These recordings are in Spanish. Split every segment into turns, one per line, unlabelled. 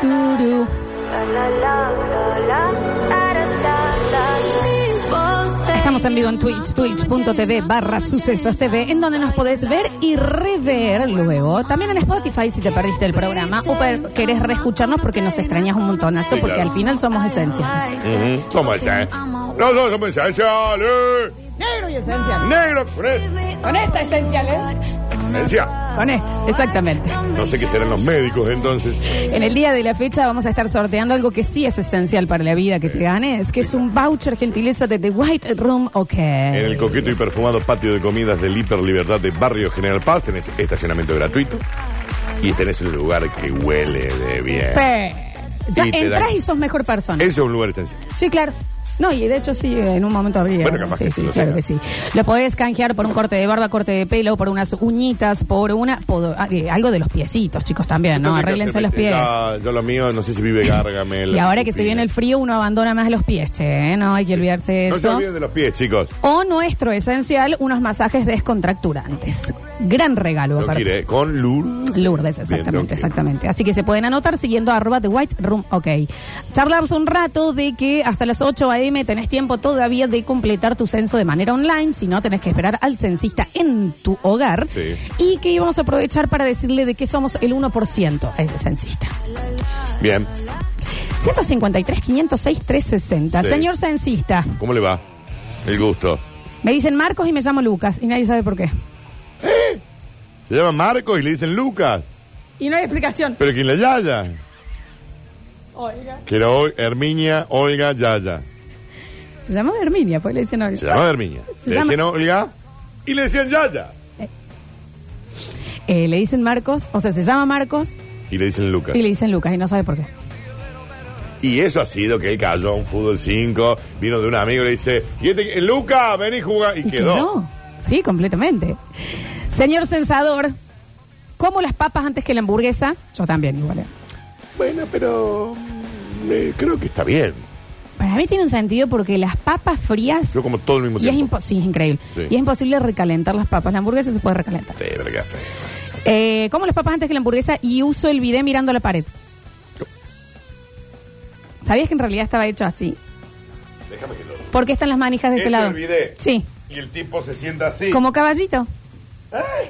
Tururú. Estamos en vivo en Twitch, twitch.tv barra sucesos TV, en donde nos podés ver y rever luego. También en Spotify si te perdiste el programa o per- querés reescucharnos porque nos extrañas un montonazo,
Sí,
porque
claro.
al final somos esencia.
Ujú. ¿eh? Somos esenciales. Nosotros somos esenciales.
Negro y esencia.
Negro, fresco.
Con esta esencial, ¿eh?
Esencia.
Con esta, exactamente.
No sé qué serán los médicos entonces.
En el día de la fecha vamos a estar sorteando algo que sí es esencial para la vida que te ganes, que es un voucher gentileza de The White Room OK.
En el coqueto y perfumado patio de comidas del Hiper Libertad de Barrio General Paz tenés estacionamiento gratuito y tenés el lugar que huele de bien.
Pe- Ya
Y te
entras
dan-
y sos mejor persona.
Eso es un lugar esencial.
Sí, claro. No, y de hecho sí, en un momento habría.
Bueno, capaz
sí,
que
sí,
sí, lo
claro
sea.
que sí. Lo podés canjear por un corte de barba, corte de pelo, por unas uñitas, por una por, ah, eh, algo de los piecitos, chicos, también, ¿no? Arréglense los pies.
Ya, yo lo mío, este, no sé si vive Gargamel.
Y ahora que se viene el frío, uno abandona más los pies, che, ¿eh? No hay que olvidarse de
No se
eso.
olviden de los pies, chicos.
O nuestro esencial, unos masajes descontracturantes. Gran regalo,
Lo
aparte.
quiere ¿eh? con Lourdes.
Lourdes,
Bien,
exactamente,
ok.
exactamente. Así que se pueden anotar siguiendo arroba The White Room, ok. Charlamos un rato de que hasta las 8 a.m. tenés tiempo todavía de completar tu censo de manera online, si no tenés que esperar al censista en tu hogar.
Sí.
Y que íbamos a aprovechar para decirle de que somos el 1% a ese censista.
Bien.
153, 506, 360.
Sí.
Señor censista,
¿Cómo le va? El gusto.
me dicen Marcos y me llamo Lucas y nadie sabe por qué.
Se llama Marcos y le dicen Lucas.
Y no hay explicación.
Pero quien la Yaya.
Oiga.
Que era hoy Herminia, Olga, Yaya.
Se llama Herminia, pues le dicen Olga.
Se llamaba Herminia.
Se
Le
llama-
decían Olga y le decían Yaya.
Eh, le dicen Marcos, o sea, se llama Marcos
Y le dicen Lucas.
y le dicen Lucas y no sabe por qué.
Y eso ha sido que él cayó a un fútbol 5, vino de un amigo y le dice, y este, Lucas, ven y juega. Y
Y
quedó.
Sí, completamente. Señor censador, ¿como las papas antes que la hamburguesa? Yo también, igual. eh.
Bueno, pero eh, creo que está bien.
Para mí tiene un sentido porque las papas frías...
Yo como todo al mismo
Y es,
tiempo.
impo- sí, es increíble.
Sí.
Y es imposible recalentar las papas. La hamburguesa se puede recalentar.
Sí, verga, fe.
Eh, como las papas antes que la hamburguesa y uso el video mirando la pared. ¿Sabías que en realidad estaba hecho así?
Déjame que lo...
Porque están las manijas de ese
Esto
lado.
olvidé.
Sí.
Y el tipo se sienta así.
Como caballito.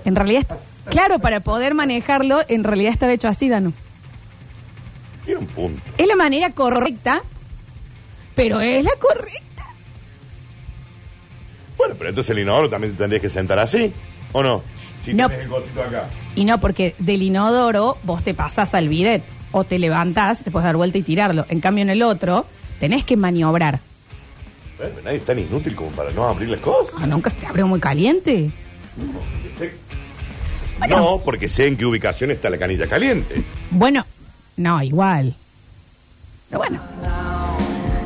En realidad, es- claro, para poder manejarlo, en realidad estaba hecho así, Danu.
Tiene un punto.
Es la manera correcta, pero es la correcta.
Bueno, pero entonces el inodoro también tendrías que sentar así, ¿o no? Si
No.
tienes el cosito acá.
Y no, porque del inodoro vos te pasás al bidet o te levantás, te puedes dar vuelta y tirarlo. En cambio, en el otro, tenés que maniobrar.
Bueno, nadie es tan inútil como para no abrir las cosas.
Ah, nunca se te abrió muy caliente.
No, porque sé en qué ubicación está la canilla caliente.
Bueno, no, igual. Pero bueno.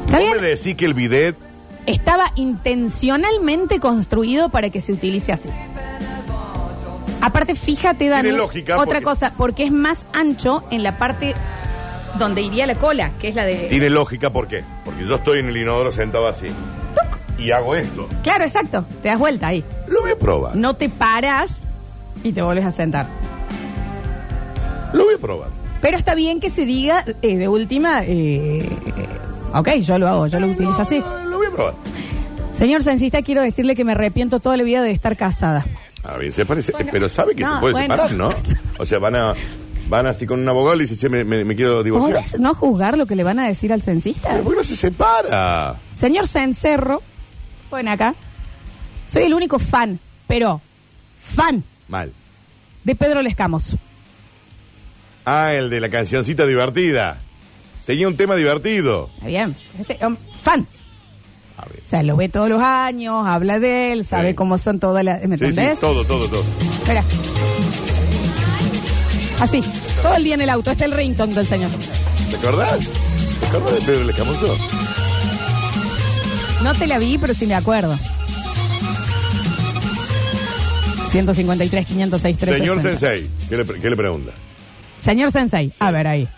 ¿Está
¿Vos me
bien?
decís que el bidet...
Estaba intencionalmente construido para que se utilice así. Aparte, fíjate, Dani,
lógica,
otra
porque-
cosa, porque es más ancho en la parte donde iría la cola, que es la de...
Tiene lógica, ¿por qué? Porque yo estoy en el inodoro sentado así. Y hago esto.
Claro, exacto. Te das vuelta ahí.
Lo voy a probar.
No te paras y te vuelves a sentar.
Lo voy a probar.
Pero está bien que se diga eh, de última, eh, eh, ok, yo lo hago, yo lo utilizo así.
Lo voy a probar.
Señor censista, quiero decirle que me arrepiento toda la vida de estar casada.
A ver, Ah, se parece. Pero sabe que
no,
se puede
bueno.
separar, ¿no? O sea, van a van así con un abogado y dicen, che, me, me- me quiero divorciar.
¿Podés no juzgar lo que le van a decir al censista?
Pero ¿Por qué no se separa?
Señor cencerro, ven acá. Soy el único fan, pero fan
Mal.
de Pedro Lescamos.
Ah, el de la cancioncita divertida. Tenía un tema divertido.
Está bien. Este, um, fan.
A ver.
O sea, lo ve todos los años, habla de él, sabe
Sí.
cómo son todas las... ¿Me
Sí, sí,
entendés?
todo, todo, todo.
Espera. Así, todo el día en el auto. Este es el rington del señor.
¿Te acordás? ¿Te acordás de Pedro Escamoso?
No te la vi, pero sí me acuerdo. 153, 506, 360.
Señor Sensei, ¿qué le, pre- qué le pregunta?
Señor Sensei, a ver ahí.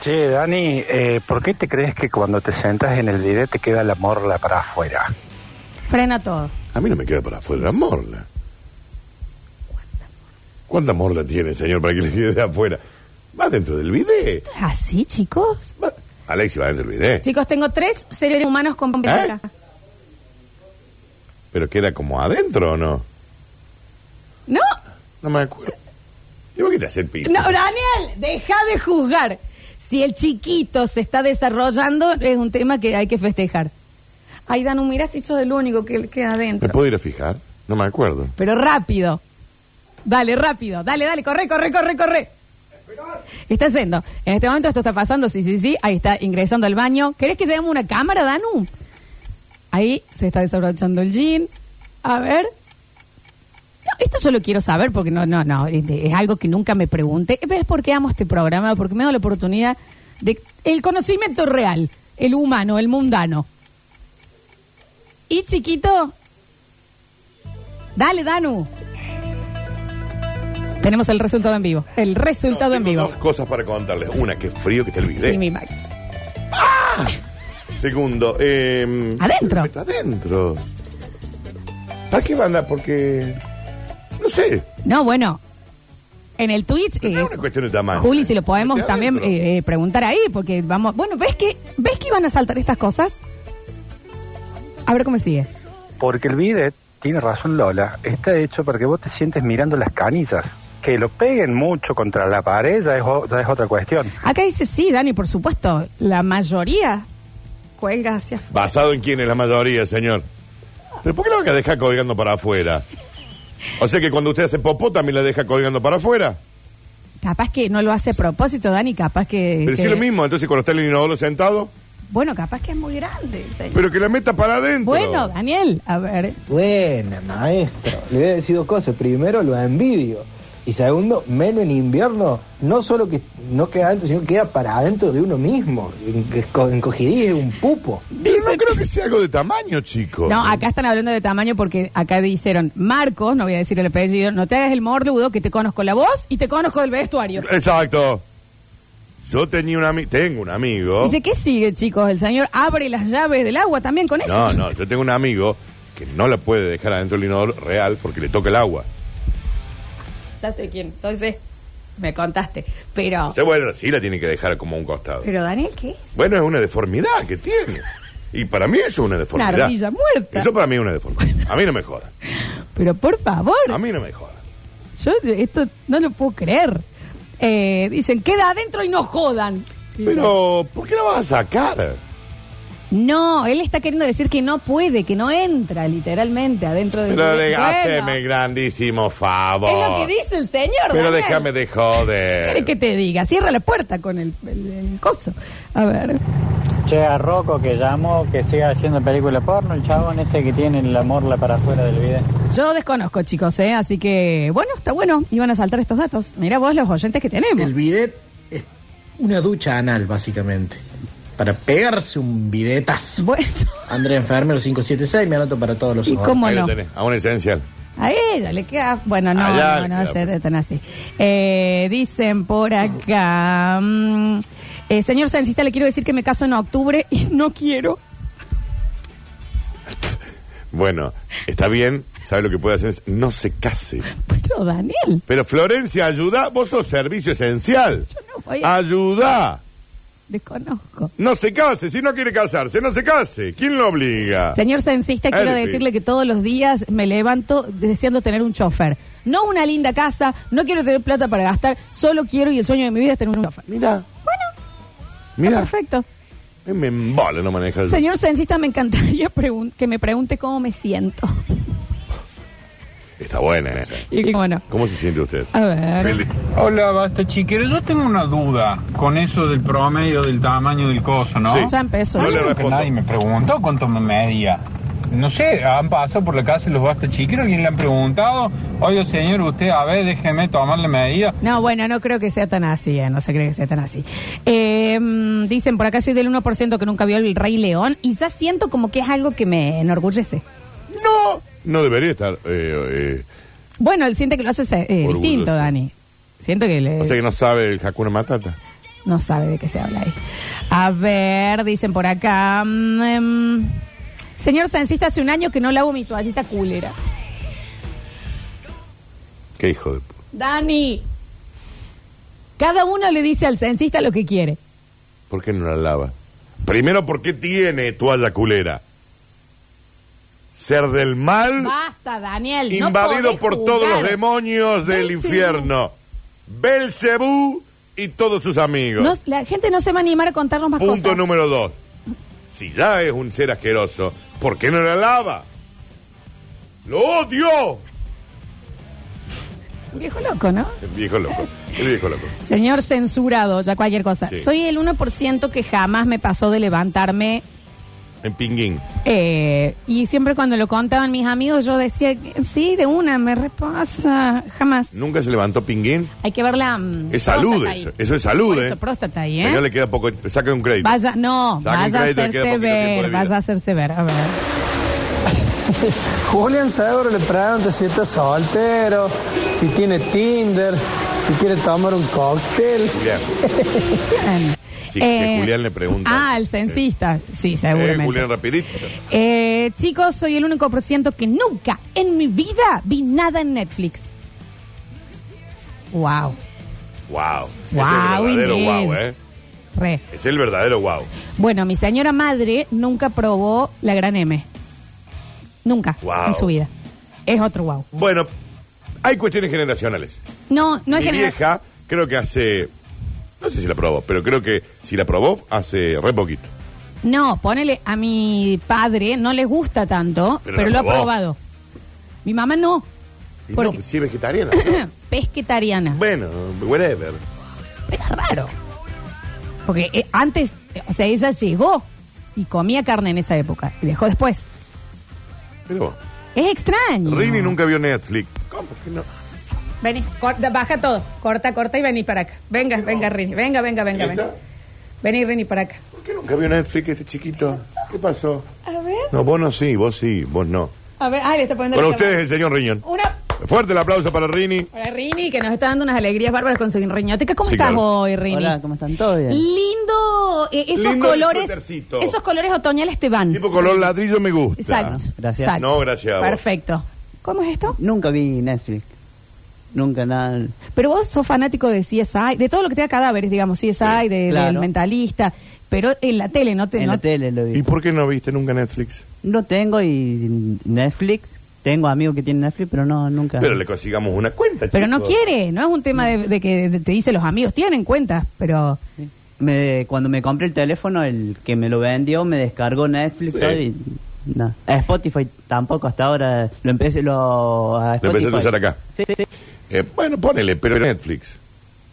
Che, Dani, eh, ¿por qué te crees que cuando te sentas en el bidet te queda la morla para afuera?
Frena todo.
A mí no me queda para afuera la morla. ¿Cuánta morla tiene, señor, para que le quede de afuera? Va dentro del bidet.
¿Así, ¿Ah, chicos?
Va- Alexi va dentro del bidet.
Chicos, tengo tres seres humanos con
¿Eh?
pompeadora.
Pero queda como adentro, ¿o no?
¿No?
No me acuerdo. ¿Y vos qué te hace el pito?
No, Daniel, deja de juzgar. Si el chiquito se está desarrollando, es un tema que hay que festejar. Ay, Danu, mirá si sos el único que queda
¿Me
adentro.
puedo ir a fijar? No me acuerdo.
Pero rápido. Dale, rápido. Dale, dale, corre, corre, corre, corre. Está yendo. En este momento esto está pasando, sí, sí, sí. Ahí está ingresando al baño. ¿Querés que llevemos una cámara, Danu? Ahí se está desabrochando el jean. A ver. No, esto yo lo quiero saber porque no, no, no. Es, de- es algo que nunca me pregunté. ¿Ves por qué amo este programa? Porque me da la oportunidad de el conocimiento real, el humano, el mundano. Y chiquito, Dale, Danu. Tenemos el resultado en vivo. El resultado
No,
en
tengo
vivo.
Dos cosas para contarles. Una, que frío que está el bidet.
Sí, mi Mac.
Segundo, eh,
Adentro.
Está adentro. ¿Para qué banda? Porque. No sé.
No, bueno. En el Twitch.
No
eh,
es una cuestión Ah, de tamaño.
Juli, si lo podemos
Está
también
adentro.
eh, eh, preguntar ahí, porque vamos. Bueno, ¿ves que, ¿ves que iban a saltar estas cosas? A ver cómo sigue.
Porque el bidet, tiene razón Lola, está hecho para que vos te sientes mirando las canillas. Que lo peguen mucho contra la pared ya es, o- ya es otra cuestión.
Acá dice sí, Dani, por supuesto. La mayoría cuelga hacia afuera.
¿Basado en quién es la mayoría, señor? ¿Pero por qué la van a dejar colgando para afuera? O sea que cuando usted hace popó también la deja colgando para afuera.
Capaz que no lo hace a propósito, Dani, capaz que.
Pero si
que-
es lo mismo, entonces cuando está el inodoro sentado,
Bueno, capaz que es muy grande. señor.
pero que la meta para adentro.
Bueno, Daniel, a ver.
Buena, maestro. Le voy a decir dos cosas. Primero, lo envidio. Y segundo, menos en invierno, no solo que no queda adentro, sino que queda para adentro de uno mismo. Enco- Encogidilla es un pupo.
Pero no creo que sea algo de tamaño, chico.
No, acá están hablando de tamaño porque acá dijeron, Marcos, no voy a decir el apellido, no te hagas el morludo que te conozco la voz y te conozco el vestuario.
Exacto. Yo tenía un amigo, tengo un amigo.
Dice, ¿qué sigue, chicos? El señor abre las llaves del agua también con eso.
No, no, yo tengo un amigo que no la puede dejar adentro del inodoro real porque le toca el agua.
Ya sé quién, entonces me contaste. Pero,
O sea, bueno, sí la tiene que dejar como a un costado.
pero Daniel, ¿qué?
Bueno, es una deformidad que tiene. Y para mí eso es una deformidad.
Una ardilla muerta.
Eso para mí es una deformidad. A mí no me jodan.
Pero por favor,
A mí no me jodan.
yo esto no lo puedo creer. Eh, dicen, queda adentro y no jodan.
Pero, ¿por qué la vas a sacar?
No, él está queriendo decir que no puede, que no entra literalmente adentro del
Pero de,
Bueno.
haceme grandísimo favor.
Es lo que dice el señor.
Pero
Daniel.
déjame de
¿Qué querés
joder.
que te diga? Cierra la puerta con el, el- el coso. A ver.
Che, a Rocco que llamó, que siga haciendo película porno, el chabón ese que tiene la morla para afuera del video.
Yo desconozco, chicos, ¿eh? Así que, bueno, está bueno. Iban a saltar estos datos. Mira vos los oyentes que tenemos.
El bidet es una ducha anal, básicamente. Para pegarse un bidetazo.
Bueno,
Andrés Enfermero 576, me anoto para todos los
¿y
horarios.
cómo
Ahí lo
no?
tenés, a un esencial.
A ella le queda. Bueno, no,
Allá
no,
le
no va a
queda.
ser tan así. Eh, dicen por acá. mm, eh, señor Censista, le quiero decir que me caso en octubre y no quiero.
Bueno, está bien, sabe lo que puede hacer? No se case.
Pero, Daniel.
Pero Florencia, ayuda, vos sos servicio esencial.
Yo no voy a-
Ayuda.
Desconozco.
No se case, si no quiere casarse, no se case. ¿Quién lo obliga?
Señor censista, quiero
Elfi.
decirle que todos los días me levanto deseando tener un chofer. No una linda casa, no quiero tener plata para gastar, solo quiero y el sueño de mi vida es tener un chofer.
Mira,
Bueno,
mira,
perfecto.
me embola no manejar. yo.
Señor censista, me encantaría pregun- que me pregunte cómo me siento.
Está buena esa.
Y bueno,
¿Cómo se siente usted?
a ver.
Hola, basta chiquero. Yo tengo una duda con eso del promedio del tamaño del coso, ¿no?
Sí.
Ya empezó.
No le
Creo que
respondo.
nadie me preguntó cuánto me medía. No sé, han pasado por la casa los basta chiqueros, alguien le han preguntado, oye señor, usted a ver, déjeme tomarle medida.
No, bueno, no creo que sea tan así, eh, no se cree que sea tan así. Eh, mm, dicen, por acá soy del 1% que nunca vio el Rey León y ya siento como que es algo que me enorgullece.
No, no debería estar. eh, eh,
Bueno, él siente que lo hace eh,
Orgulloso.
distinto, Dani. Siento que le,
O sea que no sabe el Hakuna Matata.
no sabe de qué se habla ahí. A ver, dicen por acá. mm, em, señor censista, hace un año que no lavo mi toallita culera.
Qué hijo de. pu-
Dani. Cada uno le dice al censista lo que quiere.
¿Por qué no la lava? Primero, ¿por qué tiene toalla culera? Ser del mal,
Basta, Daniel. no
invadido
podés
por
jugar.
todos los demonios del
Belcebú.
infierno. Belcebú y todos sus amigos.
No, la gente no se va a animar a contarnos más
Punto
cosas.
número dos. Si ya es un ser asqueroso, ¿por qué no la lava? ¡Lo odio!
Un Viejo loco, ¿no?
El viejo loco. El viejo loco.
Señor censurado, ya cualquier cosa.
Sí.
Soy el 1% que jamás me pasó de levantarme.
En pinguín.
eh, y siempre cuando lo contaban mis amigos, yo decía, sí, de una, me repasa. Jamás.
Nunca se levantó pinguín.
Hay que ver la. mm,
Es salud
próstata
eso.
ahí.
Eso es salud,
Por
¿eh?
eso, próstata ahí,
Señor,
¿eh?
le queda poco. Saca un crédito.
Vaya, no,
Saca un
vaya a
crédito, le queda
hacerse
poquito tiempo de
ver,
vida.
vaya a hacerse ver. A ver.
Julián Seguro le pregunta si está soltero, si tiene Tinder, si quiere tomar un cóctel.
Bien.
Bien.
Sí, que Julián le pregunta.
Ah, el censista, sí, seguramente.
Eh, Julián rapidito.
Eh, chicos, soy el único por ciento que nunca en mi vida vi nada en Netflix. Wow,
Wow.
Guau,
es el verdadero
bien.
wow, ¿eh?
re.
Es el verdadero wow.
Bueno, mi señora madre nunca probó la gran M. Nunca
Wow.
en su vida. Es otro wow.
Bueno, hay cuestiones generacionales.
No, no es
Mi
general.
vieja, creo que hace. No sé si la probó, pero creo que si la probó, hace re poquito.
No, ponele a mi padre, no le gusta tanto,
Pero
pero,
la
lo ha
probó.
probado. Mi mamá no,
Y
Porque-
no, si es vegetariana. ¿no?
pesquetariana.
bueno, whatever.
Era raro. Porque eh, antes, eh, o sea, ella llegó y comía carne en esa época y dejó después.
Pero
Es extraño.
Rini nunca vio Netflix. ¿Cómo que no?
Vení, corta, baja todo. Corta, corta y vení para acá. Venga, venga, Rini. Venga, venga, venga,
¿Ahí está?
venga. Vení, Rini, para acá.
¿Por qué nunca vio Netflix este chiquito? ¿Qué pasó?
A ver,
No, vos no sí, vos sí, vos no.
a ver. Ah, le está poniendo
Con
la cámara.
ustedes el señor Riñón.
Una
Fuerte el aplauso para Rini.
para Rini, que nos está dando unas alegrías bárbaras con su riñoteca. ¿Cómo
Sí,
estás
claro.
hoy, Rini?
Hola, ¿cómo están? ¿Todo bien?
Lindo, eh, esos
Lindo
colores.
suétercito.
Esos colores otoñales te van.
Tipo color ladrillo me gusta.
Exacto.
Gracias.
exacto.
No, gracias a vos.
Perfecto. ¿Cómo es esto?
Nunca vi Netflix. Nunca nada.
Pero vos sos fanático de CSI, de todo lo que te da cadáveres, digamos, CSI, de- del
claro.
mentalista, pero en la tele no te...
en
no-
la tele lo
¿Y
vi.
por qué no viste nunca Netflix?
No tengo y Netflix. Tengo amigos que tienen Netflix, pero no, nunca.
Pero le consigamos una cuenta,
Pero no
chicos.
quiere, no es un tema de, de que de- te dice los amigos, tienen cuenta, pero...
Me- cuando me compré el teléfono, el que me lo vendió me descargó Netflix.
Sí.
todo y- no. A Spotify tampoco hasta ahora. Lo empecé, lo, a
Lo empezaste a
Spotify.
usar acá.
Sí, sí, sí.
Eh, bueno, ponele, pero Netflix.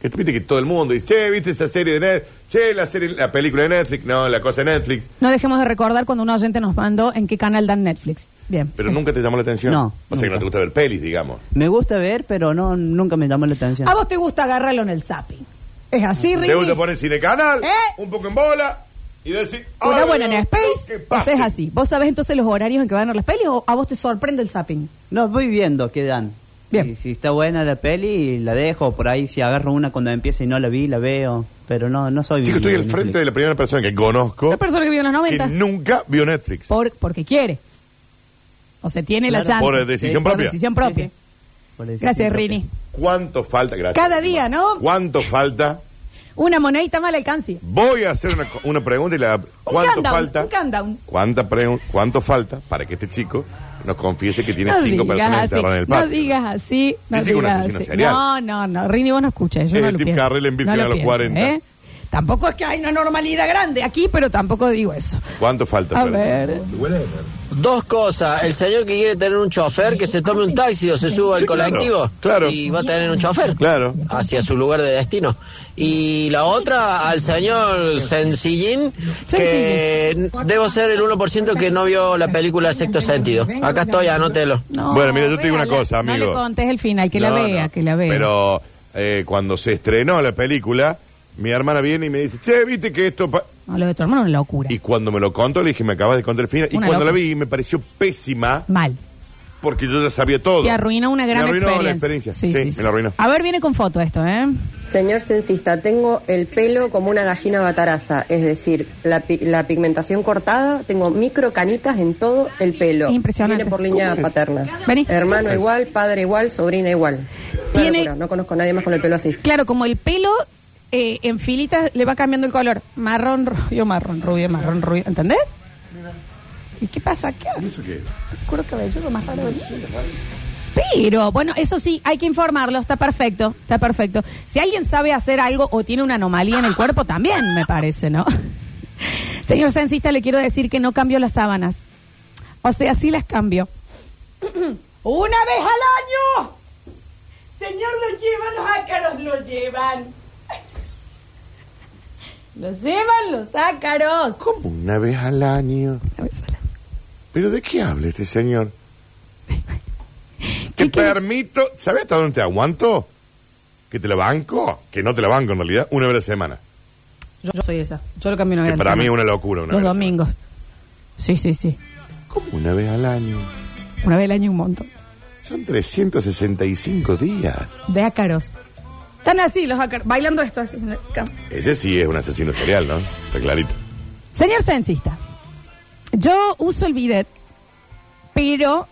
Que viste que todo el mundo dice, che, ¿viste esa serie de Netflix? Che, la, serie, la película de Netflix. No, la cosa de Netflix.
No dejemos de recordar cuando un oyente nos mandó en qué canal dan Netflix. Bien.
Pero nunca te llamó la atención.
No,
O sea que no
nunca.
te gusta ver pelis, digamos.
Me gusta ver, pero no nunca me llamó la atención.
A vos te gusta agarrarlo en el zapping. ¿Es así,
Te
Rini?
gusta poner cine canal,
¿Eh?
un poco en bola y decir.
Una
"Ay,
buena en
no,
Space,
que
o sea,
pase".
es así. ¿Vos sabés entonces los horarios en que van a ver las pelis o a vos te sorprende el zapping?
No, voy viendo qué dan.
Bien.
Y Si, está buena la peli, la dejo. Por ahí, si agarro una cuando empieza y no la vi, la veo. Pero no, no soy.
Chicos, estoy al frente de la primera persona que conozco
La persona que vive en los
que
90.
nunca vio Netflix.
Por, porque quiere. O sea, tiene la
Claro.
chance.
Por eh, decisión
Por
propia.
decisión propia.
Sí, Por decisión
Gracias,
propia.
Rini.
¿Cuánto falta? Gracias.
Cada día, ¿no?
¿Cuánto falta?
Una monedita más le alcance.
Voy a hacer una, co- una pregunta y la. ¿Cuánto
countdown,
falta?
un countdown.
¿Cuánta pregu- ¿Cuánto falta para que este chico nos confiese que tiene cinco personas
así,
enterradas en el
no
patio?
digas así, no
Dice que un
digas
asesino
así.
serial.
No, no, no, Rini, vos no escuchas, yo
Es
no
el
lo
Tim
pienso.
Carrell en Biff
no
Finger a los
pienso,
40.
¿eh? Tampoco es que hay una normalidad grande aquí, pero tampoco digo eso.
¿Cuánto falta?
A
para-
ver,
Dos cosas. El señor que quiere tener un chofer, que se tome un taxi o se suba al
Sí, claro,
colectivo.
claro.
Y va a tener un chofer.
Claro.
Hacia su lugar de destino. Y la otra, al señor Sencillín, que debo ser el 1% que no vio la película Sexto Sentido. Acá estoy, anótelo.
no,
Bueno, mira, yo te digo una
véala,
cosa,
No
amigo.
le contes el final, que la
No,
vea,
no.
que la vea.
Pero eh, cuando se estrenó la película, mi hermana viene y me dice, che, viste que esto... pa-?"
No, lo de tu hermano es una locura.
Y cuando me lo contó, le dije, me acabas de contar el final. Y
Una
cuando la
locura.
vi, me pareció pésima.
Mal.
porque yo ya sabía todo.
Te arruinó una gran
me arruinó
experiencia.
la experiencia.
Sí,
Sí,
sí,
me
sí.
la arruinó.
A ver, viene con foto esto, ¿eh?
Señor censista, tengo el pelo como una gallina bataraza, es decir, la, pi- la pigmentación cortada, tengo micro canitas en todo el pelo.
Impresionante.
Viene por línea
¿Cómo es?
paterna.
Vení.
Hermano
¿Cómo es?
igual, padre igual, sobrina igual. Una
Tiene-
locura, no conozco a nadie más con el pelo así.
Claro, como el pelo eh, en filitas le va cambiando el color. Marrón, rubio, marrón, rubio, marrón, rubio. ¿Entendés? ¿Y qué pasa acá? Oscuro cabelludo, más raro. Pero, bueno, eso sí, hay que informarlo, está perfecto, está perfecto. Si alguien sabe hacer algo o tiene una anomalía en el cuerpo, también me parece, ¿no? Señor censista, le quiero decir que no cambio las sábanas. O sea, sí las cambio. ¡Una vez al año!
Señor, lo llevan los ácaros, lo llevan.
Los llevan los ácaros.
¿Cómo? Una vez al año. ¿Pero de qué habla este señor? Que permito. ¿Sabes hasta dónde te aguanto? ¿Que te la banco? Que no te la banco en realidad, una vez a la semana.
Yo, yo soy esa. Yo lo cambio una vez.
Que
al
para mí es
semana.
una locura. Una
Los
vez.
domingos. Sí, sí, sí.
Una vez al año.
Una vez al año un montón.
Son 365 días.
De ácaros. Están así los ácaros, bailando esto así.
Ese sí es un asesino serial, ¿no? Está clarito.
Señor censista, yo uso el bidet, pero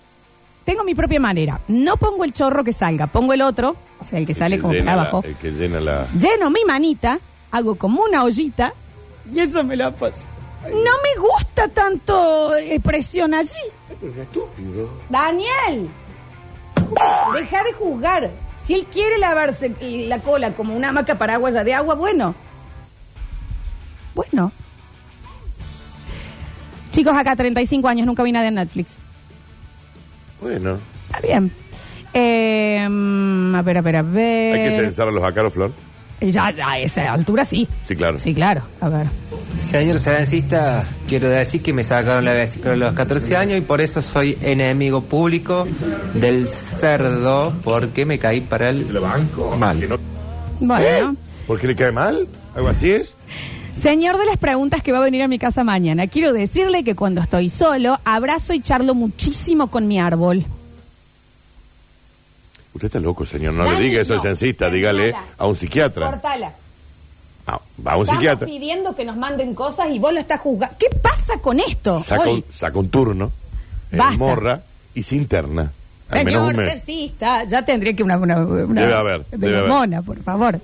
tengo mi propia manera. No pongo el chorro que salga, pongo el otro, o sea, el que sale
Que
como para
llena la-
abajo.
el que llena la.
Lleno mi manita, hago como una ollita y eso me lo apoyo. No me gusta tanto eh, presión allí. Daniel, deja de juzgar. Si él quiere lavarse la cola como una hamaca paraguaya de agua, bueno. Bueno. Chicos, acá 35 años, nunca vi nada en Netflix.
Bueno.
Está bien. Eh, mm, a ver, a ver, a ver.
Hay que censar a los ácaros, Flor.
Ya, ya, a esa altura sí.
Sí, claro. ¿Eh?
Sí, claro. A ver.
Señor censista, quiero decir que me sacaron la vesícula a los 14 años y por eso soy enemigo público del cerdo porque me caí para el
banco.
mal.
Bueno.
¿Por qué le cae mal? ¿Algo así es?
Señor de las preguntas que va a venir a mi casa mañana, quiero decirle que cuando estoy solo, abrazo y charlo muchísimo con mi árbol.
Usted está loco, señor. No
Dani,
le diga eso al
no.
censista. Dígale a un psiquiatra.
Cortala.
Ah, va a un
Estamos
psiquiatra.
pidiendo que nos manden cosas y vos lo estás juzgando. ¿Qué pasa con esto?
Saca
Hoy?
un, saca un turno. en
Basta.
morra y se interna. Al menos
Señor
un mes.
censista, ya tendría que una, una, una
Debe haber,
de
debe haber.
hormona, por favor.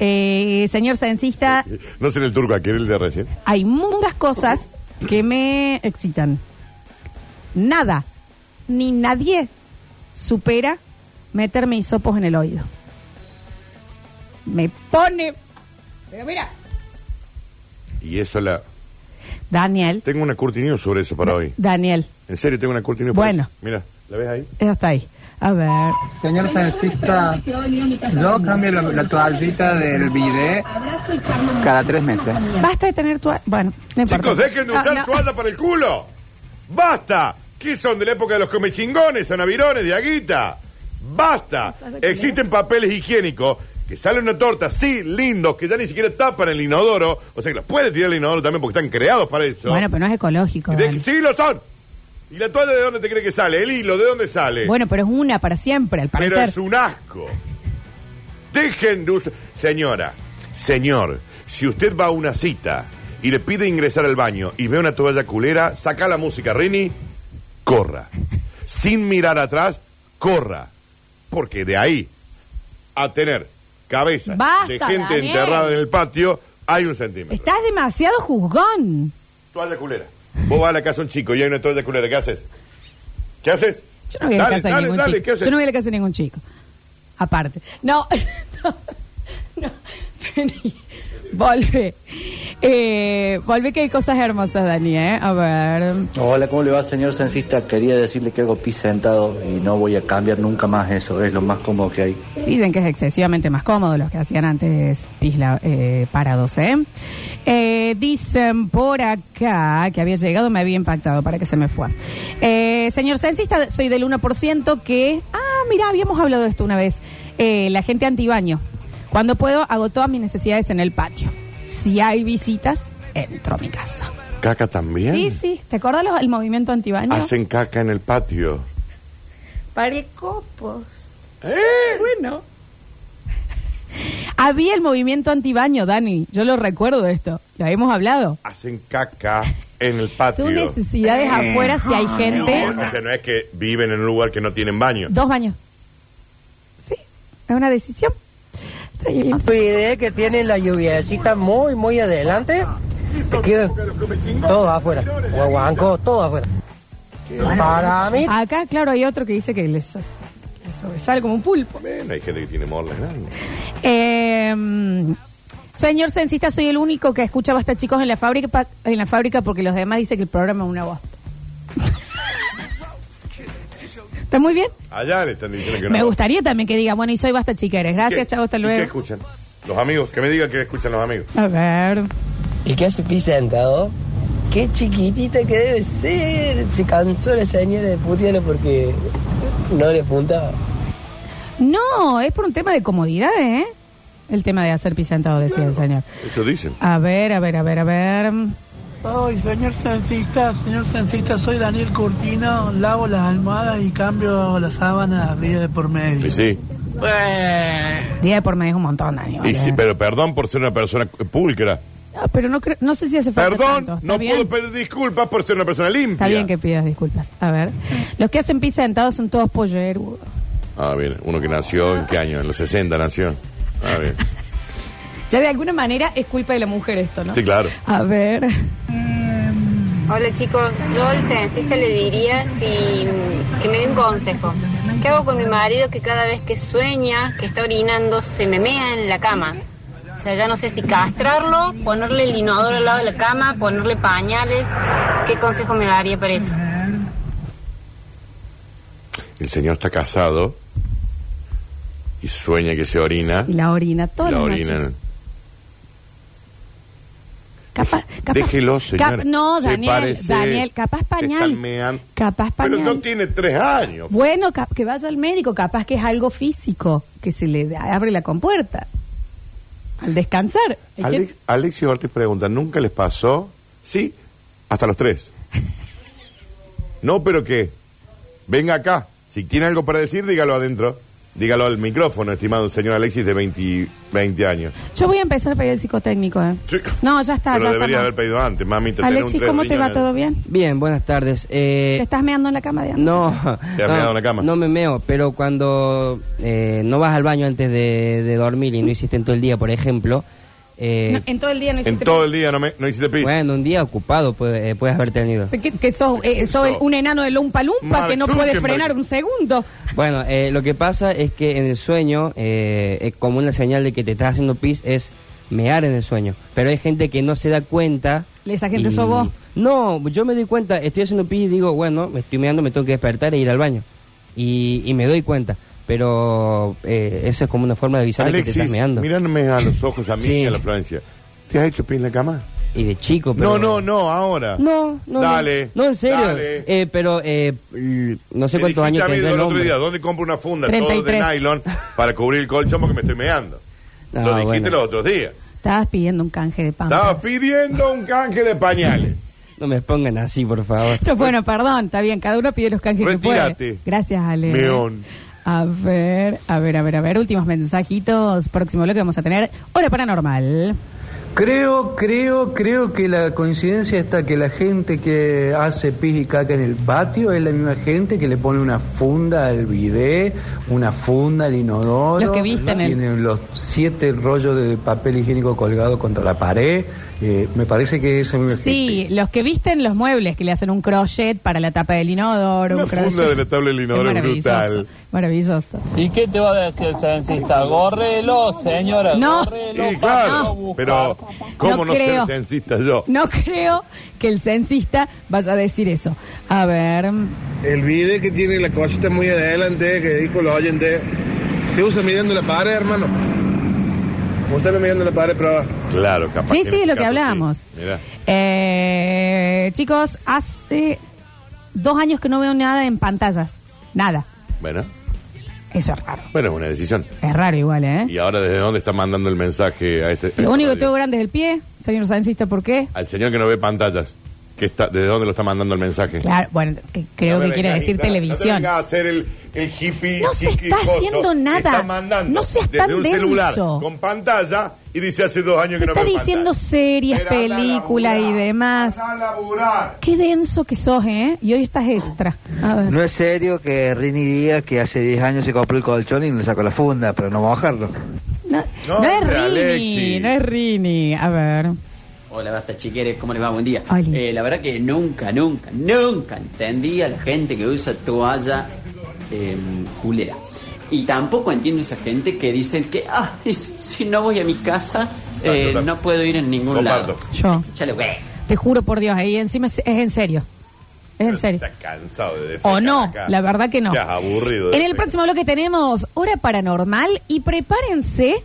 Eh, señor censista,
No sé en el turco aquel el de recién.
hay muchas cosas que me excitan. Nada, ni nadie supera meterme hisopos en el oído. Me pone. Pero mira,
Y eso la.
Daniel,
Tengo una curtinio sobre eso para hoy.
Daniel,
En serio, tengo una curtinio
Bueno.
Mira, ¿la ves ahí?
ya está ahí. A ver.
Señor censista, yo cambio la, la toallita del bidet cada tres meses.
Basta de tener tu. Bueno, no importa.
Chicos, dejen de
No,
usar
no.
toalla para el culo. ¡Basta! ¿Qué son de la época de los comechingones, anavirones, de aguita? ¡Basta! Existen papeles higiénicos que salen una torta, sí, lindos, que ya ni siquiera tapan el inodoro. O sea, que los puede tirar el inodoro también porque están creados para eso.
Bueno, pero no es ecológico.
Y de-
Dani.
sí, lo son. ¿Y la toalla de dónde te cree que sale? ¿El hilo de dónde sale?
Bueno, pero es una para siempre, al
Pero
parecer.
es un asco. Dejen de usar. Señora, señor, si usted va a una cita y le pide ingresar al baño y ve una toalla culera, saca la música, Rini, corra. Sin mirar atrás, corra. Porque de ahí a tener cabezas
Basta,
de gente
Daniel.
enterrada en el patio, hay un centímetro.
Estás demasiado juzgón.
Toalla culera. Vos vas a la casa de un chico y hay una toalla culera, ¿qué haces? ¿Qué haces?
Yo no voy a la
Dale,
casa de
dale,
ningún
dale, ¿qué
chico.
haces?
Yo no voy a la casa de ningún chico. Aparte. No. no, no. Vení. Volve. Eh, volve que hay cosas hermosas, Dani, ¿eh? A ver.
Hola, ¿cómo le va, señor censista? Quería decirle que hago pis sentado y no voy a cambiar nunca más eso. Es lo más cómodo que hay.
Dicen que es excesivamente más cómodo los que hacían antes pisla eh, parados, ¿eh? Eh, Dicen por acá que había llegado, me había impactado para que se me fue. Eh, señor censista, soy del 1% que... Ah, mira, habíamos hablado de esto una vez. Eh, la gente antibaño. Cuando puedo, hago todas mis necesidades en el patio. Si hay visitas, entro a mi casa.
¿Caca también? Ah,
Sí, sí. ¿Te acuerdas los- el movimiento antibaño?
Hacen caca en el patio.
Para copos.
Bueno. Había el movimiento antibaño, Dani. Yo lo recuerdo esto. Lo hemos hablado.
Hacen caca en el patio.
Son necesidades afuera si hay gente.
No, o sea, no es que viven en un lugar que no tienen baño.
Dos baños. Sí, es una decisión.
Fide que tiene la lluviecita muy, muy adelante. Te quedan todos afuera. Guaguanco, todos afuera. Para mí.
Acá, claro, hay otro que dice que les, les sobresale como un pulpo.
Bueno, hay gente que tiene morlas grandes.
Eh, señor censista, soy el único que escucha Basta Chicos en la fábrica pa- en la fábrica porque los demás dicen que el programa es una voz. ¿Está muy bien?
Allá le están diciendo que no.
Me gustaría también que diga, bueno, y soy Basta Chiqueres. Gracias,
¿Qué-
chao, hasta
y ¿Qué
luego.
escuchan? Los amigos, que me digan que escuchan los amigos.
A ver.
El que hace pis sentado, qué chiquitita que debe ser. Se cansó la señora de putearlo porque no le apuntaba.
No, es por un tema de comodidad, ¿eh? El tema de hacer pisantado, decía el señor.
Eso dicen.
A ver, a ver, a ver, a ver.
Ay, señor censista, señor censista, soy Daniel Curtino, lavo las almohadas y cambio las sábanas día de por medio.
Y sí.
Día de por medio es un montón, Dani.
Y sí, pero perdón por ser una persona pulcra.
No, pero no, creo- no sé si hace falta
Perdón,
tanto. ¿Está
no
bien?
puedo pedir disculpas por ser una persona limpia.
Está bien que pidas disculpas. A ver. Los que hacen pis sentados son todos polleros.
Ah, bien. Uno que nació, ¿en qué año? En los 60 nació. Ah, bien.
Ya de alguna manera es culpa de la mujer esto, ¿no?
Sí, claro.
A ver.
Hola chicos, yo al censista le diría si, que me dé un consejo. ¿Qué hago con mi marido que cada vez que sueña, que está orinando, se me mea en la cama? O sea, ya no sé si castrarlo, ponerle el inodoro al lado de la cama, ponerle pañales. ¿Qué consejo me daría para eso?
El señor está casado y sueña que se orina.
Y la orina, todo
Y la
lo
orina. Déjelo, señora.
Cap- no,
Se
Daniel,
parece-
Daniel, capaz pañal.
Están meando.
Capaz
Pero
pañal.
no tiene tres años.
Bueno, cap- que vaya al médico, capaz que es algo físico, que se le da- abre la compuerta. Al descansar. Hay
Alex,
gente-
Alex y Ortiz preguntan, ¿nunca les pasó? Sí, hasta los tres. No, pero que venga acá. Si tiene algo para decir, dígalo adentro. Dígalo al micrófono, estimado señor Alexis de 20, 20 años.
Yo voy a empezar a pedir el psicotécnico, ¿eh? No, ya está,
pero
ya
debería
está.
haber pedido antes, mami. Te tenés un
Alexis,
tres
¿cómo te va?
riñones.
¿Todo bien?
Bien, buenas tardes. Eh,
¿Te estás meando en la cama de Ana?
No,
¿Te has
no,
meado en la cama?
no me meo, pero cuando eh, no vas al baño antes de, de dormir y no hiciste en todo el día, por ejemplo. eh,
No, en todo el día no hiciste pis.
día no, me, no hiciste pis.
Bueno, un día ocupado puede- eh, puedes haber tenido.
Que, que sos, eh, sos un enano de Lumpa Lumpa
Mark
que no puede
Zuckerberg.
frenar un segundo.
Bueno, eh, lo que pasa es que en el sueño, eh, es como una señal de que te estás haciendo pis, es mear en el sueño. Pero hay gente que no se da cuenta.
Esa gente
y-
sos vos.
No, yo me doy cuenta, estoy haciendo pis y digo, bueno, me estoy meando, me tengo que despertar e ir al baño. Y, y me doy cuenta. Pero eh, eso es como una forma de avisar que te estás
Alexis,
meando.
mírame a los ojos a mí y a la Florencia. ¿Te has hecho pis en la cama?
Y de chico,
No,
pero-
no, no, ahora.
No, no.
Dale.
No, en serio.
dale.
Eh, pero eh, l- no sé
Me
cuántos
dijiste
años
a mí
tendrá
el
el
otro
hombre.
día, ¿dónde compro una funda todo de
33.
nylon para cubrir el colchón porque me estoy meando?
No,
Lo dijiste
bueno.
los otros días.
Estabas pidiendo un canje de pan.
Estaba pidiendo un canje de pañales.
No me pongan así, por favor.
Yo, bueno, perdón, está bien, cada uno pide los canjes
Retírate.
que puede. Gracias, Ale.
Meón.
A ver, a ver, a ver, a ver, últimos mensajitos, próximo bloque vamos a tener Hora Paranormal.
Creo, creo, creo que la coincidencia está que la gente que hace pis y caca en el patio es la misma gente que le pone una funda al bidé, una funda al inodoro.
Los que visten el-
Tienen los siete rollos de papel higiénico colgado contra la pared. Eh, me parece que esa misma gente.
Sí, los que visten los muebles, que le hacen un crochet para la tapa del inodoro.
Una
un crochet.
funda de la tabla del inodoro
Es maravilloso,
brutal.
Maravilloso.
¿Y qué te va a decir el censista? Gorrelo, señora.
No.
gorrelo,
Y claro,
pasalo a buscar.
Pero, ¿cómo
No
no,
creo.
ser censista yo?
No creo que el censista vaya a decir eso. A ver,
El video que tiene la cosita muy adelante, que dijo los oyentes, se usa mirando la pared, hermano. Úsalo mirando la pared, prueba.
Claro, capaz.
Sí,
en
sí,
este
lo que
caso
hablábamos.
Mirá.
eh, chicos, hace dos años que no veo nada en pantallas. Nada.
Bueno,
Eso es raro.
bueno, es una decisión.
Es raro igual, ¿eh?
¿Y ahora desde dónde está mandando el mensaje a este?
Lo único que tengo grande es el pie, señor censista, ¿por qué?
Al señor que no ve pantallas. que está, ¿De dónde lo está mandando el mensaje?
Claro, bueno, que creo
No me
que quiere
vengas,
decir
Anita, No
televisión.
te vengas a hacer el, el hippie.
No se
hippie
está
coso.
haciendo nada.
Está mandando
No seas
desde
tan
un celular
denso.
con pantalla y dice hace dos años que no
Está
veo
diciendo series,
Pero anda a
películas y
laburar,
demás. Qué denso que sos, ¿eh? Y hoy estás extra. A ver.
No es serio que Rini diga que hace 10 años se compró el colchón y le sacó la funda, pero no vamos a dejarlo.
No, es Rini, no es Rini. A ver.
Hola, basta chiqueres, ¿cómo les va? Buen día.
Hola.
Eh, la verdad que nunca, nunca, nunca entendí a la gente que usa toalla eh, culera. Y tampoco entiendo a esa gente que dicen que, ah, es- si no voy a mi casa, eh, no puedo ir en ningún lado.
Yo.
Chale, güey.
Te juro por Dios, ahí encima es, es en serio. Es en serio.
Está cansado de defender.
O no,
acá.
la verdad que no.
Ya es aburrido. de
En el
defecar.
próximo bloque tenemos hora paranormal y prepárense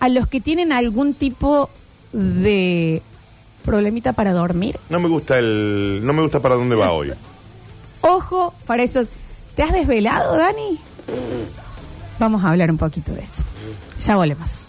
a los que tienen algún tipo de problemita para dormir.
No me gusta el. No me gusta para dónde va hoy.
Ojo para eso. ¿Te has desvelado, Dani? Vamos a hablar un poquito de eso. Ya volvemos.